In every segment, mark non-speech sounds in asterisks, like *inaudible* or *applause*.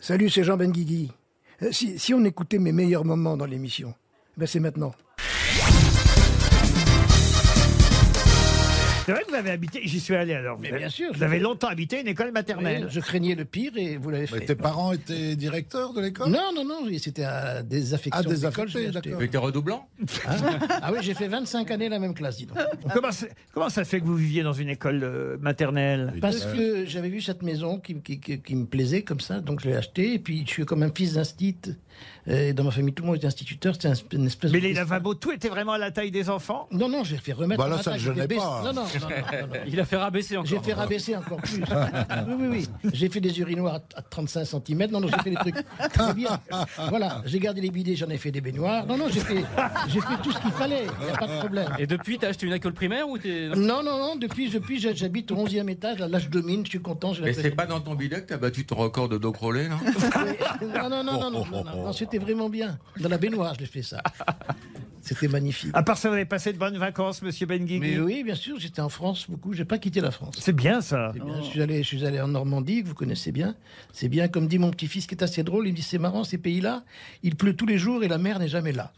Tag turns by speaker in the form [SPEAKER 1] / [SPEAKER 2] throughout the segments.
[SPEAKER 1] Salut, c'est Jean Benguigui. Euh, Si, si on écoutait mes meilleurs moments dans l'émission, ben c'est maintenant.
[SPEAKER 2] C'est vrai que vous avez habité, j'y suis allé alors. Vous
[SPEAKER 1] Mais
[SPEAKER 2] avez-
[SPEAKER 1] bien sûr,
[SPEAKER 2] Vous
[SPEAKER 1] je-
[SPEAKER 2] avez longtemps habité une école maternelle.
[SPEAKER 1] Je craignais le pire et vous l'avez
[SPEAKER 3] Mais
[SPEAKER 1] fait.
[SPEAKER 3] tes parents étaient directeurs de l'école
[SPEAKER 1] Non, non, non, c'était à des affections.
[SPEAKER 3] Ah, des
[SPEAKER 1] d'école, je l'ai
[SPEAKER 3] affectés,
[SPEAKER 1] acheté.
[SPEAKER 3] d'accord.
[SPEAKER 4] Tu étais redoublant
[SPEAKER 1] Ah oui, j'ai fait 25 années la même classe, dis donc.
[SPEAKER 3] Ah,
[SPEAKER 2] Comment, ça- comment ça fait que vous viviez dans une école euh, maternelle
[SPEAKER 1] Parce que j'avais vu cette maison qui, qui- qui- qui me plaisait comme ça, donc je l'ai achetée. Et puis je suis comme un fils d'instit. Et dans ma famille, tout le monde est instituteur. C'est un- une espèce
[SPEAKER 2] Mais
[SPEAKER 1] de-
[SPEAKER 2] les lavabos, tout était vraiment à la taille des enfants
[SPEAKER 1] Non, non, j'ai fait remettre.
[SPEAKER 3] Bah là,
[SPEAKER 1] en
[SPEAKER 3] ça ne
[SPEAKER 1] attaque,
[SPEAKER 3] gênait
[SPEAKER 1] j'ai baissé-
[SPEAKER 3] pas.
[SPEAKER 1] Non, non, non, non,
[SPEAKER 3] *laughs*
[SPEAKER 1] non, non.
[SPEAKER 5] Il a fait rabaisser
[SPEAKER 1] J'ai
[SPEAKER 5] encore.
[SPEAKER 1] fait rabaisser encore plus. Oui, oui, oui. J'ai fait des urinoirs à, à 35 cm. Non, non, j'ai fait des trucs très bien. Voilà, j'ai gardé les bidets, j'en ai fait des baignoires. Non, non, j'ai fait, j'ai fait tout ce qu'il fallait. Il n'y a pas de problème.
[SPEAKER 5] Et depuis, t'as acheté une école primaire ou t'es.
[SPEAKER 1] Non, non, non, depuis, depuis j'a- j'habite au 11e étage. Là, je domine, je suis content. j'ai
[SPEAKER 4] Et c'est
[SPEAKER 1] l'impression-
[SPEAKER 4] pas dans ton bidet que t'as battu ton record de dos crawlé, non
[SPEAKER 1] Non, non, non, non, non, non, non, non, c'était vraiment bien. Dans la baignoire, je l'ai fait ça. C'était magnifique.
[SPEAKER 2] À part ça, vous avez passé de bonnes vacances, monsieur Benguigui
[SPEAKER 1] Mais oui, bien sûr, j'étais en France beaucoup. J'ai pas quitté la France.
[SPEAKER 2] C'est bien ça.
[SPEAKER 1] Eh bien, je, suis allé, je suis allé en Normandie, que vous connaissez bien. C'est bien, comme dit mon petit-fils, qui est assez drôle, il me dit, c'est marrant, ces pays-là, il pleut tous les jours et la mer n'est jamais là.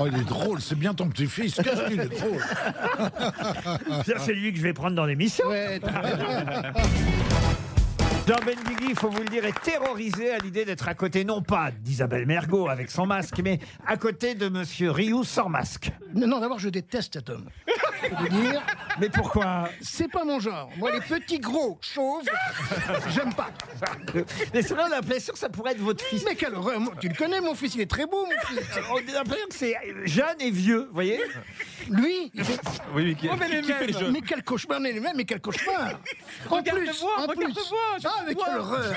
[SPEAKER 3] Oh, il est drôle, c'est bien ton petit-fils. Qu'est-ce qu'il est drôle
[SPEAKER 2] Ça, C'est lui que je vais prendre dans l'émission.
[SPEAKER 1] Ouais,
[SPEAKER 2] Jean Benguigui, il faut vous le dire, est terrorisé à l'idée d'être à côté, non pas d'Isabelle Mergot avec son masque, mais à côté de monsieur Rioux sans masque.
[SPEAKER 1] *laughs* non, non, d'abord, je déteste cet homme. Je vais vous dire, *laughs*
[SPEAKER 2] Mais pourquoi
[SPEAKER 1] c'est pas mon genre. Moi, les petits gros chauves, *laughs* j'aime pas.
[SPEAKER 2] Mais sinon, on a l'impression que ça pourrait être votre fils.
[SPEAKER 1] Mais quelle horreur. Moi, Tu le connais, mon fils, il est très beau, mon fils.
[SPEAKER 2] On a l'impression que c'est jeune et vieux, vous voyez
[SPEAKER 1] Lui, il fait-
[SPEAKER 5] Oui, oui, qui,
[SPEAKER 1] Mais quel cauchemar, mais, mais quel cauchemar En plus,
[SPEAKER 5] Regarde-moi,
[SPEAKER 1] en plus.
[SPEAKER 5] regarde-moi, je
[SPEAKER 1] Ah, mais quelle horreur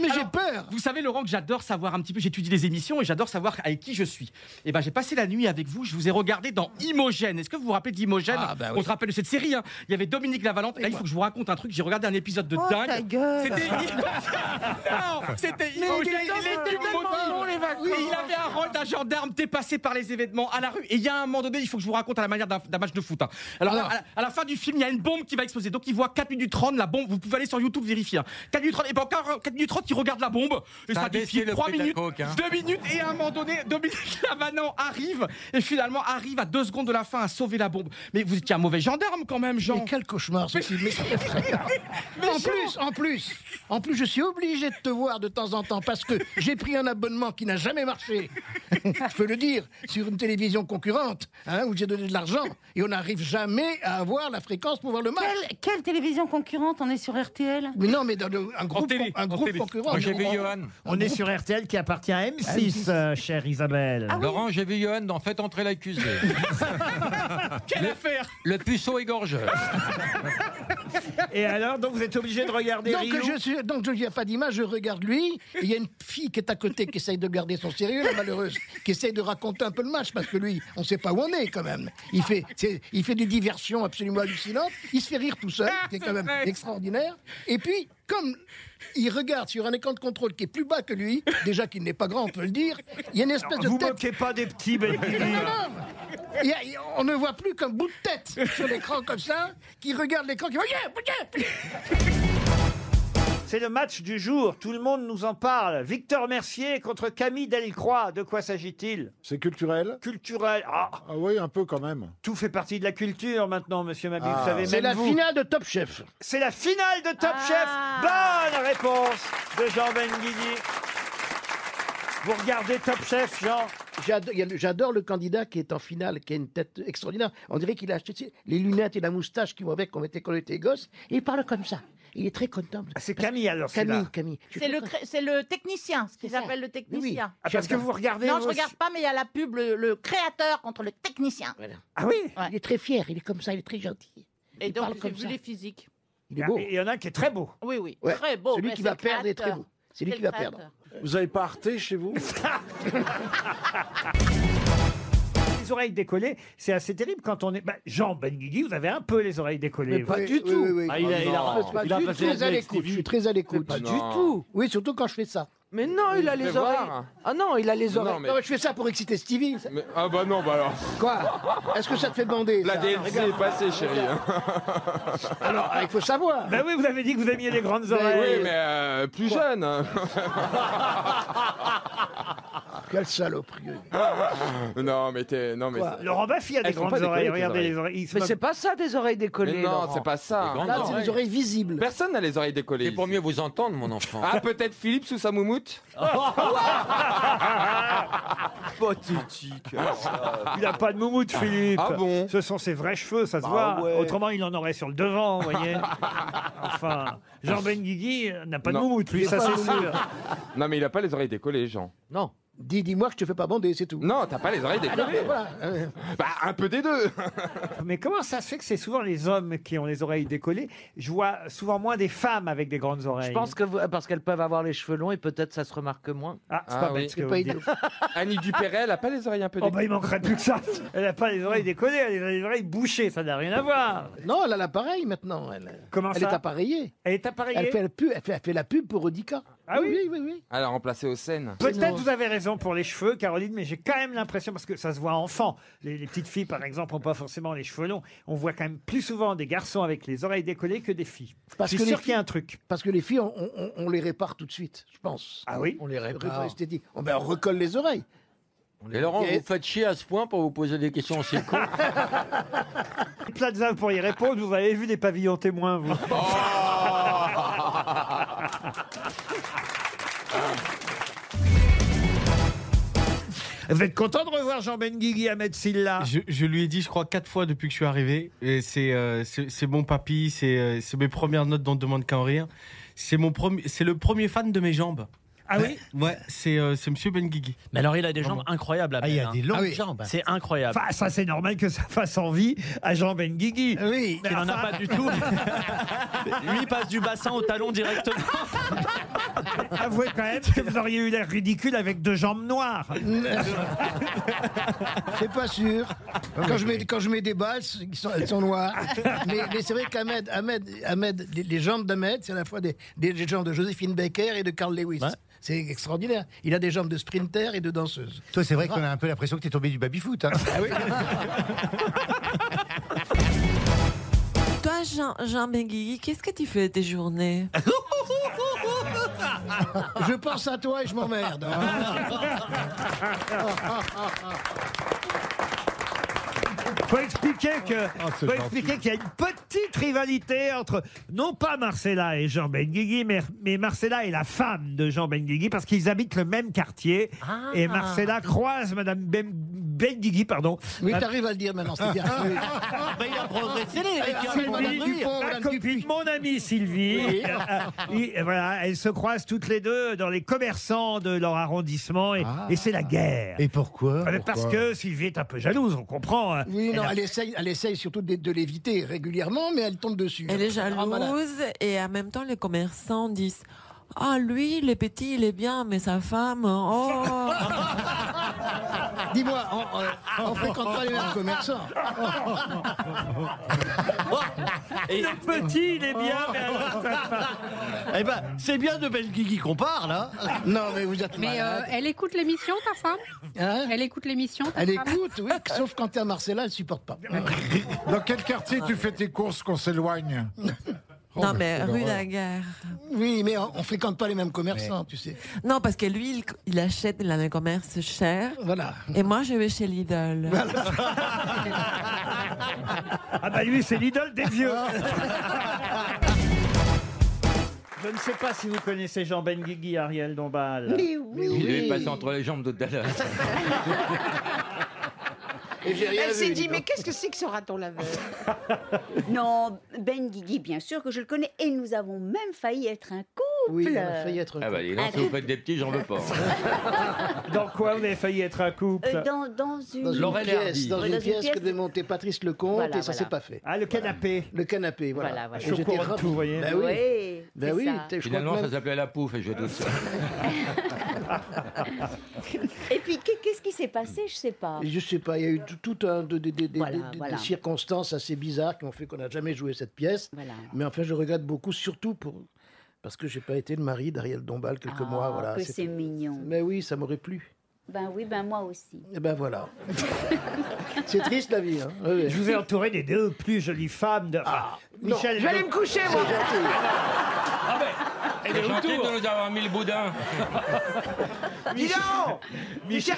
[SPEAKER 1] Mais j'ai peur
[SPEAKER 5] Vous savez, Laurent, que j'adore savoir un petit peu. J'étudie les émissions et j'adore savoir avec qui je suis. Et ben, j'ai passé la nuit avec vous. Je vous ai regardé dans Imogène. Est-ce que vous vous rappelez d'Imogène
[SPEAKER 1] Ah, bah oui.
[SPEAKER 5] On se rappelle de cette série. hein. Il y avait Dominique Lavalente. Là, il faut que je vous raconte un truc. J'ai regardé un épisode de
[SPEAKER 6] Oh,
[SPEAKER 5] dingue.
[SPEAKER 6] ta gueule.
[SPEAKER 1] *laughs*
[SPEAKER 5] C'était *laughs* Non, C'était Imogène. Il était maudit. Oui, il avait un rôle d'un gendarme dépassé par les événements à la rue. Et il y a un moment donné, il faut que je vous raconte à la manière d'un d'un match de foot. hein. Alors,
[SPEAKER 1] Alors.
[SPEAKER 5] à, la, à la fin du film, il y a une bombe qui va exploser. Donc, il voit 4 minutes 30, la bombe. Vous pouvez aller sur YouTube vérifier. hein. 4 minutes 30, et ben, encore 4 minutes 30, il regarde la bombe. Et
[SPEAKER 4] Ça
[SPEAKER 5] ça,
[SPEAKER 4] a baissé
[SPEAKER 5] défile
[SPEAKER 4] le
[SPEAKER 5] 3
[SPEAKER 4] prix de la
[SPEAKER 5] minutes,
[SPEAKER 4] coke, hein.
[SPEAKER 5] 2 minutes. Et à un moment donné, Dominique *laughs* Lavanant arrive. Et finalement, arrive à 2 secondes de la fin à sauver la bombe. Mais vous étiez un mauvais gendarme quand même, Jean.
[SPEAKER 1] Mais quel cauchemar ce film. Mais- En
[SPEAKER 5] Jean-
[SPEAKER 1] plus, en plus, en plus, je suis obligé de te voir de temps en temps parce que j'ai pris un abonnement qui n'a jamais marché. *laughs* je peux le dire sur une télévision concurrente hein, où j'ai donné de l'argent et on n'arrive jamais à avoir la fréquence pour voir le match.
[SPEAKER 6] Quelle, quelle télévision concurrente on est sur RTL
[SPEAKER 1] Mais non, mais dans le- un groupe,
[SPEAKER 5] télé,
[SPEAKER 1] un
[SPEAKER 5] en
[SPEAKER 1] groupe
[SPEAKER 5] télé.
[SPEAKER 1] concurrent.
[SPEAKER 4] Moi, j'ai
[SPEAKER 1] on-
[SPEAKER 4] vu
[SPEAKER 1] on-
[SPEAKER 4] Johan.
[SPEAKER 7] Ah
[SPEAKER 2] On est sur RTL qui appartient à
[SPEAKER 1] Ah
[SPEAKER 2] M6, euh, chère Isabelle.
[SPEAKER 4] Laurent, j'ai vu Johan dans Faites
[SPEAKER 7] *laughs*
[SPEAKER 4] entrer l'accusé.
[SPEAKER 5] Quelle affaire
[SPEAKER 4] Le puceau égorgeur.
[SPEAKER 2] Et alors, donc vous êtes obligé de regarder
[SPEAKER 1] Donc
[SPEAKER 2] Rioux
[SPEAKER 1] je suis, donc je n'y a pas d'image, je regarde lui. et Il y a une fille qui est à côté qui essaye de garder son sérieux, la malheureuse, qui essaye de raconter un peu le match parce que lui, on ne sait pas où on est quand même. Il fait, c'est- il fait des diversions absolument hallucinantes. Il se fait rire tout seul, c'est quand même extraordinaire. Et puis comme il regarde sur un écran de contrôle qui est plus bas que lui, déjà qu'il n'est pas grand, on peut le dire. Il y a une espèce de
[SPEAKER 2] Vous
[SPEAKER 1] tête
[SPEAKER 2] moquez pas des petits Benguigui.
[SPEAKER 1] il y a- il y a- on ne voit plus qu'un bout de tête sur l'écran comme ça, qui regarde l'écran, qui va Yeah, yeah.
[SPEAKER 2] C'est le match du jour, tout le monde nous en parle. Victor Mercier contre Camille Delcroix, de quoi s'agit-il
[SPEAKER 8] C'est culturel
[SPEAKER 2] Culturel. Ah,
[SPEAKER 8] Ah oui, un peu quand même.
[SPEAKER 2] tout fait partie de la culture maintenant, monsieur Mabi, vous savez
[SPEAKER 1] Ah. C'est
[SPEAKER 2] même
[SPEAKER 1] la
[SPEAKER 2] vous.
[SPEAKER 1] finale de Top Chef.
[SPEAKER 2] C'est la finale de Top
[SPEAKER 6] Ah.
[SPEAKER 2] Chef. Bonne réponse de Jean Benguigui. Vous regardez Top Chef, Jean
[SPEAKER 1] J'ado- il y a le- J'adore le candidat qui est en finale, qui a une tête extraordinaire. On dirait qu'il a acheté tu sais, les lunettes et la moustache qui vont avec qu'on mettait quand on était gosse. Et il parle comme ça. Il est très content.
[SPEAKER 2] Ah, C'est Camille alors, c'est là.
[SPEAKER 1] Camille, Camille. Je suis
[SPEAKER 6] C'est
[SPEAKER 1] très
[SPEAKER 6] le,
[SPEAKER 1] content.
[SPEAKER 6] cré- c'est le technicien, ce
[SPEAKER 1] C'est
[SPEAKER 6] qu'ils
[SPEAKER 1] ça.
[SPEAKER 6] appellent le
[SPEAKER 1] Oui, oui.
[SPEAKER 6] technicien.
[SPEAKER 2] Ah, parce que vous regardez.
[SPEAKER 6] Non,
[SPEAKER 2] vous
[SPEAKER 6] je
[SPEAKER 2] aussi.
[SPEAKER 6] regarde pas, mais il y a la pub, le, le créateur contre le technicien.
[SPEAKER 2] Ah oui
[SPEAKER 6] Ouais.
[SPEAKER 1] Il est très fier, il est comme ça, il est très gentil.
[SPEAKER 6] Et
[SPEAKER 1] Il parle
[SPEAKER 6] donc, j'ai
[SPEAKER 1] comme
[SPEAKER 6] vu
[SPEAKER 1] ça.
[SPEAKER 6] les physiques.
[SPEAKER 1] Il est beau.
[SPEAKER 2] Il y en a un qui est très beau.
[SPEAKER 6] Oui, oui,
[SPEAKER 1] Ouais.
[SPEAKER 6] très beau.
[SPEAKER 1] Celui
[SPEAKER 6] mais
[SPEAKER 1] qui
[SPEAKER 6] c'est
[SPEAKER 1] va
[SPEAKER 6] le
[SPEAKER 1] perdre est très
[SPEAKER 6] créateur.
[SPEAKER 1] beau. C'est lui
[SPEAKER 6] C'est
[SPEAKER 1] qui
[SPEAKER 6] le
[SPEAKER 1] va perdre.
[SPEAKER 6] créateur.
[SPEAKER 8] Vous avez pas Arte chez vous
[SPEAKER 2] Les oreilles décollées, c'est assez terrible quand on est. Bah, Jean Benguigui, vous avez un peu les oreilles décollées. vous.
[SPEAKER 1] Oui, oui, oui, oui.
[SPEAKER 9] Ah, il a- il a-
[SPEAKER 1] Je suis
[SPEAKER 9] il a
[SPEAKER 1] très
[SPEAKER 9] passé la
[SPEAKER 1] à l'écoute,
[SPEAKER 9] Stevie.
[SPEAKER 1] je suis très à l'écoute.
[SPEAKER 9] Pas du tout.
[SPEAKER 1] Oui, surtout quand je fais ça.
[SPEAKER 9] Mais non, il a
[SPEAKER 10] Fais
[SPEAKER 9] les oreilles.
[SPEAKER 10] voir.
[SPEAKER 9] Ah non, il a les oreilles.
[SPEAKER 10] Non, mais,
[SPEAKER 1] Non, mais je fais ça pour exciter Stevie.
[SPEAKER 10] mais- Ah bah non, bah alors.
[SPEAKER 1] Quoi Est-ce que ça te fait bander
[SPEAKER 10] La
[SPEAKER 1] ça
[SPEAKER 10] DLC est passée, chérie. hein.
[SPEAKER 1] Alors, Ah, il faut savoir.
[SPEAKER 2] Ben oui, vous avez dit que vous aimiez les grandes
[SPEAKER 10] Oui,
[SPEAKER 2] oreilles.
[SPEAKER 10] mais euh, plus jeune. hein. *laughs*
[SPEAKER 1] Quel saloperie.
[SPEAKER 2] Ah
[SPEAKER 10] non, mais t'es. Non, mais.
[SPEAKER 1] Quoi
[SPEAKER 10] c'est-
[SPEAKER 2] Laurent Baffy a des
[SPEAKER 10] Elles sont
[SPEAKER 2] grandes
[SPEAKER 10] pas
[SPEAKER 2] oreilles.
[SPEAKER 10] décollées, tes
[SPEAKER 2] Regardez
[SPEAKER 10] oreilles.
[SPEAKER 2] les oreilles. Il se
[SPEAKER 9] Mais
[SPEAKER 2] moque.
[SPEAKER 9] c'est pas ça des oreilles
[SPEAKER 10] Mais
[SPEAKER 9] décollées.
[SPEAKER 10] non,
[SPEAKER 9] Laurent.
[SPEAKER 10] c'est pas ça.
[SPEAKER 4] Les
[SPEAKER 1] Là,
[SPEAKER 4] grandes
[SPEAKER 1] c'est des
[SPEAKER 4] oreilles.
[SPEAKER 1] oreilles visibles.
[SPEAKER 10] Personne n'a les oreilles décollées.
[SPEAKER 4] Ah, C'est pour
[SPEAKER 10] ici.
[SPEAKER 4] mieux vous entendre, mon enfant.
[SPEAKER 10] Ah, peut-être Philippe sous sa moumoute
[SPEAKER 7] Pathétique. alors là.
[SPEAKER 2] Il n'a pas de moumoute, Philippe.
[SPEAKER 10] Ah bon
[SPEAKER 2] Ce sont ses vrais cheveux, ça se
[SPEAKER 7] Bah
[SPEAKER 2] voit.
[SPEAKER 7] ouais.
[SPEAKER 2] Autrement, il en aurait sur le devant, vous voyez. Enfin, Jean Benguigui n'a pas de
[SPEAKER 10] Non.
[SPEAKER 2] moumoute, lui, ça
[SPEAKER 1] pas
[SPEAKER 2] c'est
[SPEAKER 1] de
[SPEAKER 2] sûr.
[SPEAKER 10] Non, mais il a pas les oreilles décollées, Jean.
[SPEAKER 9] Non.
[SPEAKER 1] Dis, dis-moi que je te fais pas bander, c'est tout.
[SPEAKER 10] Non, t'as pas les oreilles
[SPEAKER 1] Alors,
[SPEAKER 10] décollées.
[SPEAKER 1] voilà. euh,
[SPEAKER 10] Bah, un peu des deux.
[SPEAKER 2] Mais comment ça se fait que c'est souvent les hommes qui ont les oreilles décollées Je vois souvent moins des femmes avec des grandes oreilles.
[SPEAKER 9] Je pense que vous- parce qu'elles peuvent avoir les cheveux longs et peut-être ça se remarque moins.
[SPEAKER 2] Ah, c'est
[SPEAKER 10] Ah
[SPEAKER 2] pas
[SPEAKER 10] oui.
[SPEAKER 2] bête ce que
[SPEAKER 1] C'est
[SPEAKER 2] vous
[SPEAKER 1] pas
[SPEAKER 2] dites.
[SPEAKER 1] idiot.
[SPEAKER 10] Annie Dupéret, elle a pas les oreilles un peu
[SPEAKER 2] Oh
[SPEAKER 10] décollées.
[SPEAKER 2] bah il manquerait plus que ça. Elle n'a pas les oreilles décollées, elle a les oreilles bouchées, ça n'a rien à voir.
[SPEAKER 1] Non, elle a l'appareil maintenant. Elle,
[SPEAKER 2] Comment
[SPEAKER 1] elle
[SPEAKER 2] ça
[SPEAKER 1] est appareillée.
[SPEAKER 2] Elle est appareillée.
[SPEAKER 1] Elle fait, la pub, elle, fait, elle fait la pub pour Rodica.
[SPEAKER 2] Ah oui
[SPEAKER 1] oui, oui, oui.
[SPEAKER 10] Elle a remplacé au Seine.
[SPEAKER 2] Peut-être
[SPEAKER 1] Non.
[SPEAKER 2] vous avez raison pour les cheveux, Caroline, mais j'ai quand même l'impression, parce que ça se voit enfant, les, les petites filles par exemple n'ont pas forcément les cheveux longs, on voit quand même plus souvent des garçons avec les oreilles décollées que des filles.
[SPEAKER 1] Parce
[SPEAKER 2] je
[SPEAKER 1] que
[SPEAKER 2] suis
[SPEAKER 1] les
[SPEAKER 2] sûr
[SPEAKER 1] filles-
[SPEAKER 2] qu'il y a un truc.
[SPEAKER 1] Parce que les filles, on, on- on les répare tout de suite, je pense.
[SPEAKER 2] Ah oui
[SPEAKER 9] On les
[SPEAKER 1] Réparation
[SPEAKER 9] répare.
[SPEAKER 1] esthétique. On, ben, on recolle les oreilles.
[SPEAKER 4] Et Laurent,
[SPEAKER 1] Yes.
[SPEAKER 4] vous faites chier à ce point pour vous poser des questions aussi courtes.
[SPEAKER 2] Plaza, pour y répondre, vous avez vu des pavillons témoins, vous. Vous êtes content de revoir Jean Benguigui à
[SPEAKER 5] Ah.
[SPEAKER 2] Metzilla
[SPEAKER 11] Je, je lui ai dit, je crois, quatre fois depuis que je suis arrivé. Et c'est, euh, c'est, c'est bon papy, c'est, euh, c'est mes premières notes dont demande qu'à en rire. C'est, mon premier, c'est le premier fan de mes jambes.
[SPEAKER 2] Ah oui
[SPEAKER 11] Ouais, c'est, euh, c'est Monsieur Benguigui.
[SPEAKER 7] Mais alors, il a des jambes incroyables. à
[SPEAKER 9] Ah, il y a des
[SPEAKER 7] peine, hein.
[SPEAKER 9] longues
[SPEAKER 1] Ah oui.
[SPEAKER 9] jambes.
[SPEAKER 7] C'est incroyable.
[SPEAKER 2] Enfin, ça c'est normal que ça fasse envie à Jean Benguigui.
[SPEAKER 1] Oui.
[SPEAKER 7] Il n'en a pas du tout. Lui, il passe du bassin au talon
[SPEAKER 12] *laughs*
[SPEAKER 7] directement.
[SPEAKER 2] Avouez quand même que vous auriez eu l'air ridicule avec deux jambes noires.
[SPEAKER 1] C'est pas sûr. Quand je mets, quand je mets des balles, ils sont- elles sont noires. Mais, mais c'est vrai qu'Ahmed, Ahmed, Ahmed, les, les jambes d'Ahmed, c'est à la fois des, des- des jambes de Joséphine Baker et de Carl Lewis.
[SPEAKER 7] Ouais.
[SPEAKER 1] C'est extraordinaire. Il a des jambes de sprinter et de danseuse.
[SPEAKER 13] Toi, c'est vrai qu'on a un peu l'impression que t'es tombé du baby-foot. hein.
[SPEAKER 12] Toi, Jean, Jean Benguigui, qu'est-ce que tu fais de tes journées
[SPEAKER 1] Je pense à toi et je m'emmerde. hein.
[SPEAKER 2] Faut expliquer que,
[SPEAKER 3] c'est
[SPEAKER 2] faut
[SPEAKER 3] gentil.
[SPEAKER 2] expliquer qu'il y a une petite rivalité entre non pas Marcella et Jean Benguigui, mais, mais Marcella est la femme de Jean Benguigui parce qu'ils habitent le même quartier
[SPEAKER 9] Ah.
[SPEAKER 2] et Marcella croise Madame Ben- Benguigui, pardon.
[SPEAKER 1] Oui,
[SPEAKER 2] Ma-
[SPEAKER 1] t'arrives à le dire maintenant, c'est bien. Oui.
[SPEAKER 7] il a progressé, les
[SPEAKER 1] Sylvie Dupont,
[SPEAKER 2] Ma
[SPEAKER 1] Ah, Madame
[SPEAKER 2] copine,
[SPEAKER 1] Dupuis.
[SPEAKER 2] mon amie Sylvie. *laughs*
[SPEAKER 1] Oui.
[SPEAKER 2] Euh, et voilà, elles se croisent toutes les deux dans les commerçants de leur arrondissement et, et c'est la guerre.
[SPEAKER 13] Et pourquoi
[SPEAKER 2] Ah, mais Parce que Sylvie est un peu jalouse, on comprend. hein.
[SPEAKER 1] Oui,
[SPEAKER 2] Elle
[SPEAKER 1] non,
[SPEAKER 2] a-
[SPEAKER 1] elle essaye, elle essaye surtout de, de l'éviter régulièrement, mais elle tombe dessus.
[SPEAKER 12] Elle est
[SPEAKER 1] Ah, voilà.
[SPEAKER 12] jalouse et en même temps, les commerçants disent Ah, lui, le petit, il est bien, mais sa femme, oh
[SPEAKER 1] Dis-moi, on, on- on fréquente pas les mêmes commerçants.
[SPEAKER 2] Le petit, il est bien, mais alors sa femme-
[SPEAKER 7] Eh ben, c'est bien de Benguigui qu'on parle, hein.
[SPEAKER 1] *laughs* Non, mais vous êtes
[SPEAKER 12] euh,
[SPEAKER 1] malade.
[SPEAKER 12] elle écoute l'émission, ta femme
[SPEAKER 1] Hein elle,
[SPEAKER 12] écoute l'émission
[SPEAKER 1] écoute,
[SPEAKER 12] *laughs*
[SPEAKER 1] oui, sauf quand t'es à Marcella, elle supporte pas.
[SPEAKER 3] Dans quel quartier tu fais tes courses qu'on s'éloigne Oh,
[SPEAKER 12] Non, mais rue Laguerre.
[SPEAKER 1] Oui, mais on, on fréquente pas les mêmes commerçants, tu sais.
[SPEAKER 12] Non, parce que lui, il, il achète dans les commerces chers.
[SPEAKER 1] Voilà.
[SPEAKER 12] Et moi, je vais chez Lidl.
[SPEAKER 1] Bah
[SPEAKER 2] Ah bah lui, c'est l'idole des vieux. Je ne sais pas si vous connaissez Jean Benguigui, Ariel Dombal.
[SPEAKER 4] Il devait passer entre les jambes de Dallas.
[SPEAKER 9] Elle s'est dit, mais qu'est-ce que c'est que ce raton laveur
[SPEAKER 12] Non, Ben Guigui, bien sûr que je le connais. Et nous avons même failli être un couple.
[SPEAKER 1] Oui, on a failli être.
[SPEAKER 4] Ah bah, dis donc, si vous faites des petits, j'en veux pas. hein.
[SPEAKER 2] Dans quoi vous avez failli être un couple
[SPEAKER 12] Euh, dans,
[SPEAKER 1] Dans une
[SPEAKER 4] Laurel et
[SPEAKER 1] pièce,
[SPEAKER 4] Hardy.
[SPEAKER 1] dans
[SPEAKER 12] Oui,
[SPEAKER 1] une
[SPEAKER 12] dans une
[SPEAKER 1] pièce
[SPEAKER 12] pièce.
[SPEAKER 1] que démontait Patrice Lecomte
[SPEAKER 12] Voilà,
[SPEAKER 1] et ça
[SPEAKER 12] voilà.
[SPEAKER 1] s'est pas fait.
[SPEAKER 2] Ah, le canapé.
[SPEAKER 1] Le canapé, voilà.
[SPEAKER 12] Voilà,
[SPEAKER 1] Et
[SPEAKER 12] voilà.
[SPEAKER 2] Je suis au
[SPEAKER 1] j'étais
[SPEAKER 2] courant de
[SPEAKER 1] rap-
[SPEAKER 2] tout, vous voyez.
[SPEAKER 1] Bah oui, bah oui. t'es- je crois que
[SPEAKER 4] Finalement, ça
[SPEAKER 1] même-
[SPEAKER 4] s'appelait la pouffe et je doute ça.
[SPEAKER 12] Et puis, qu'est-ce qui s'est passé Je sais pas.
[SPEAKER 1] Je sais pas, il y a eu tout, tout un de- de- de- de-
[SPEAKER 12] Voilà,
[SPEAKER 1] de- de- des
[SPEAKER 12] voilà.
[SPEAKER 1] circonstances assez bizarres qui ont fait qu'on n'a jamais joué cette pièce.
[SPEAKER 12] Voilà.
[SPEAKER 1] Mais enfin, je regrette beaucoup, surtout pour parce que j'ai pas été le mari d'Ariel Dombal quelques
[SPEAKER 12] Ah,
[SPEAKER 1] mois. Voilà,
[SPEAKER 12] que
[SPEAKER 1] c'est-
[SPEAKER 12] c'est mignon.
[SPEAKER 1] Mais oui, ça m'aurait plu.
[SPEAKER 12] Ben oui, ben moi aussi.
[SPEAKER 1] Et ben voilà. *laughs* c'est triste la vie. hein. Ouais, ouais.
[SPEAKER 2] Je vous ai entouré des deux plus jolies femmes. De... Ah,
[SPEAKER 1] Non, je vais aller me coucher, moi.
[SPEAKER 5] Elle est gentille de nous avoir mis le boudin.
[SPEAKER 2] Dis donc Michel,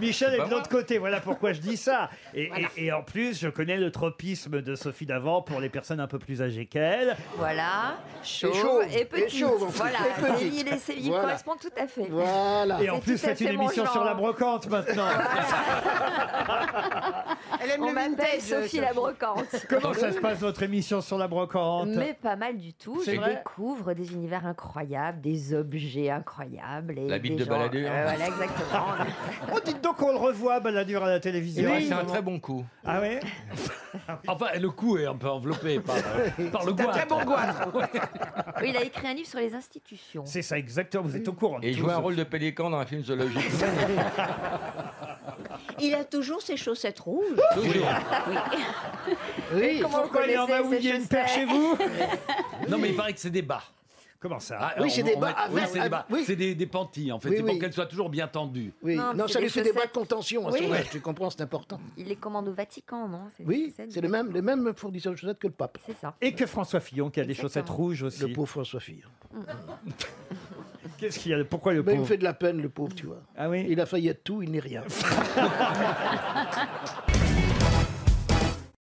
[SPEAKER 2] Michel est de l'autre côté, voilà pourquoi je dis ça. Et, et- et en plus, je connais le tropisme de Sophie Davant pour les personnes un peu plus âgées qu'elle.
[SPEAKER 6] Voilà, chauve et,
[SPEAKER 1] chauve, et
[SPEAKER 6] petite.
[SPEAKER 1] chauve, en plus,
[SPEAKER 6] voilà,
[SPEAKER 1] et petite.
[SPEAKER 6] il, est- c'est- il
[SPEAKER 1] Voilà.
[SPEAKER 6] correspond tout à fait.
[SPEAKER 1] Voilà.
[SPEAKER 2] Et en plus, faites une émission sur la brocante maintenant.
[SPEAKER 6] Elle aime On m'appelle Sophie la brocante.
[SPEAKER 2] Comment ça se passe votre émission sur la brocante
[SPEAKER 6] Mais pas mal du tout.
[SPEAKER 2] C'est
[SPEAKER 6] Je
[SPEAKER 2] vrai
[SPEAKER 6] découvre des univers incroyables, des objets incroyables. Et
[SPEAKER 5] La bite
[SPEAKER 6] des
[SPEAKER 5] de
[SPEAKER 6] gens-
[SPEAKER 5] baladure.
[SPEAKER 6] Euh, voilà, exactement.
[SPEAKER 2] Oh, dites donc on le revoit, Balladur, à la télévision.
[SPEAKER 5] Oui, c'est un très bon coup.
[SPEAKER 2] Ah ouais
[SPEAKER 4] Enfin, le cou est un peu enveloppé
[SPEAKER 5] *laughs*
[SPEAKER 4] par, par le
[SPEAKER 6] C'est un
[SPEAKER 4] goût.
[SPEAKER 6] très bon goitre.
[SPEAKER 4] *laughs*
[SPEAKER 6] Oui, il a écrit un livre sur les institutions.
[SPEAKER 2] C'est ça, exactement, vous êtes au courant.
[SPEAKER 5] Et il joue un rôle de pélican dans un film zoologique.
[SPEAKER 1] euh,
[SPEAKER 12] Il a toujours ses chaussettes rouges.
[SPEAKER 1] Ah
[SPEAKER 5] Toujours.
[SPEAKER 6] Oui,
[SPEAKER 12] comment
[SPEAKER 2] pourquoi
[SPEAKER 12] vous
[SPEAKER 2] il y en a
[SPEAKER 12] connaissez
[SPEAKER 2] où il y a
[SPEAKER 12] ces
[SPEAKER 2] une paire
[SPEAKER 12] chaussettes
[SPEAKER 2] chez vous
[SPEAKER 6] euh,
[SPEAKER 4] Non, mais il paraît que c'est des bas. Ah,
[SPEAKER 2] Comment ça
[SPEAKER 1] Oui, c'est des bas
[SPEAKER 4] Oui,
[SPEAKER 1] avec-
[SPEAKER 4] c'est des, bas.
[SPEAKER 1] oui.
[SPEAKER 4] C'est des, des panties, en fait.
[SPEAKER 1] Oui,
[SPEAKER 4] c'est
[SPEAKER 1] oui.
[SPEAKER 4] pour qu'elles soient toujours bien tendues.
[SPEAKER 1] Oui.
[SPEAKER 6] Non,
[SPEAKER 1] Non,
[SPEAKER 6] c'est
[SPEAKER 1] ça
[SPEAKER 6] des
[SPEAKER 1] lui fait des bas de hein,
[SPEAKER 6] chaussettes.
[SPEAKER 1] contention à
[SPEAKER 6] Oui.
[SPEAKER 1] son âge, tu comprends, c'est important.
[SPEAKER 6] Il les commande au Vatican, non C'est-
[SPEAKER 1] Oui,
[SPEAKER 6] c'est-
[SPEAKER 1] c'est le même, le même fournisseur de chaussettes que le pape.
[SPEAKER 6] C'est ça.
[SPEAKER 2] Et que François Fillon, qui a des chaussettes rouges aussi.
[SPEAKER 1] Le pauvre François Fillon.
[SPEAKER 2] Qu'est-ce qu'il y a Pourquoi le
[SPEAKER 1] Mais il me
[SPEAKER 2] pauvre
[SPEAKER 1] fait de la peine, le pauvre, tu vois.
[SPEAKER 2] Ah oui
[SPEAKER 1] Il a failli être tout, il n'est rien.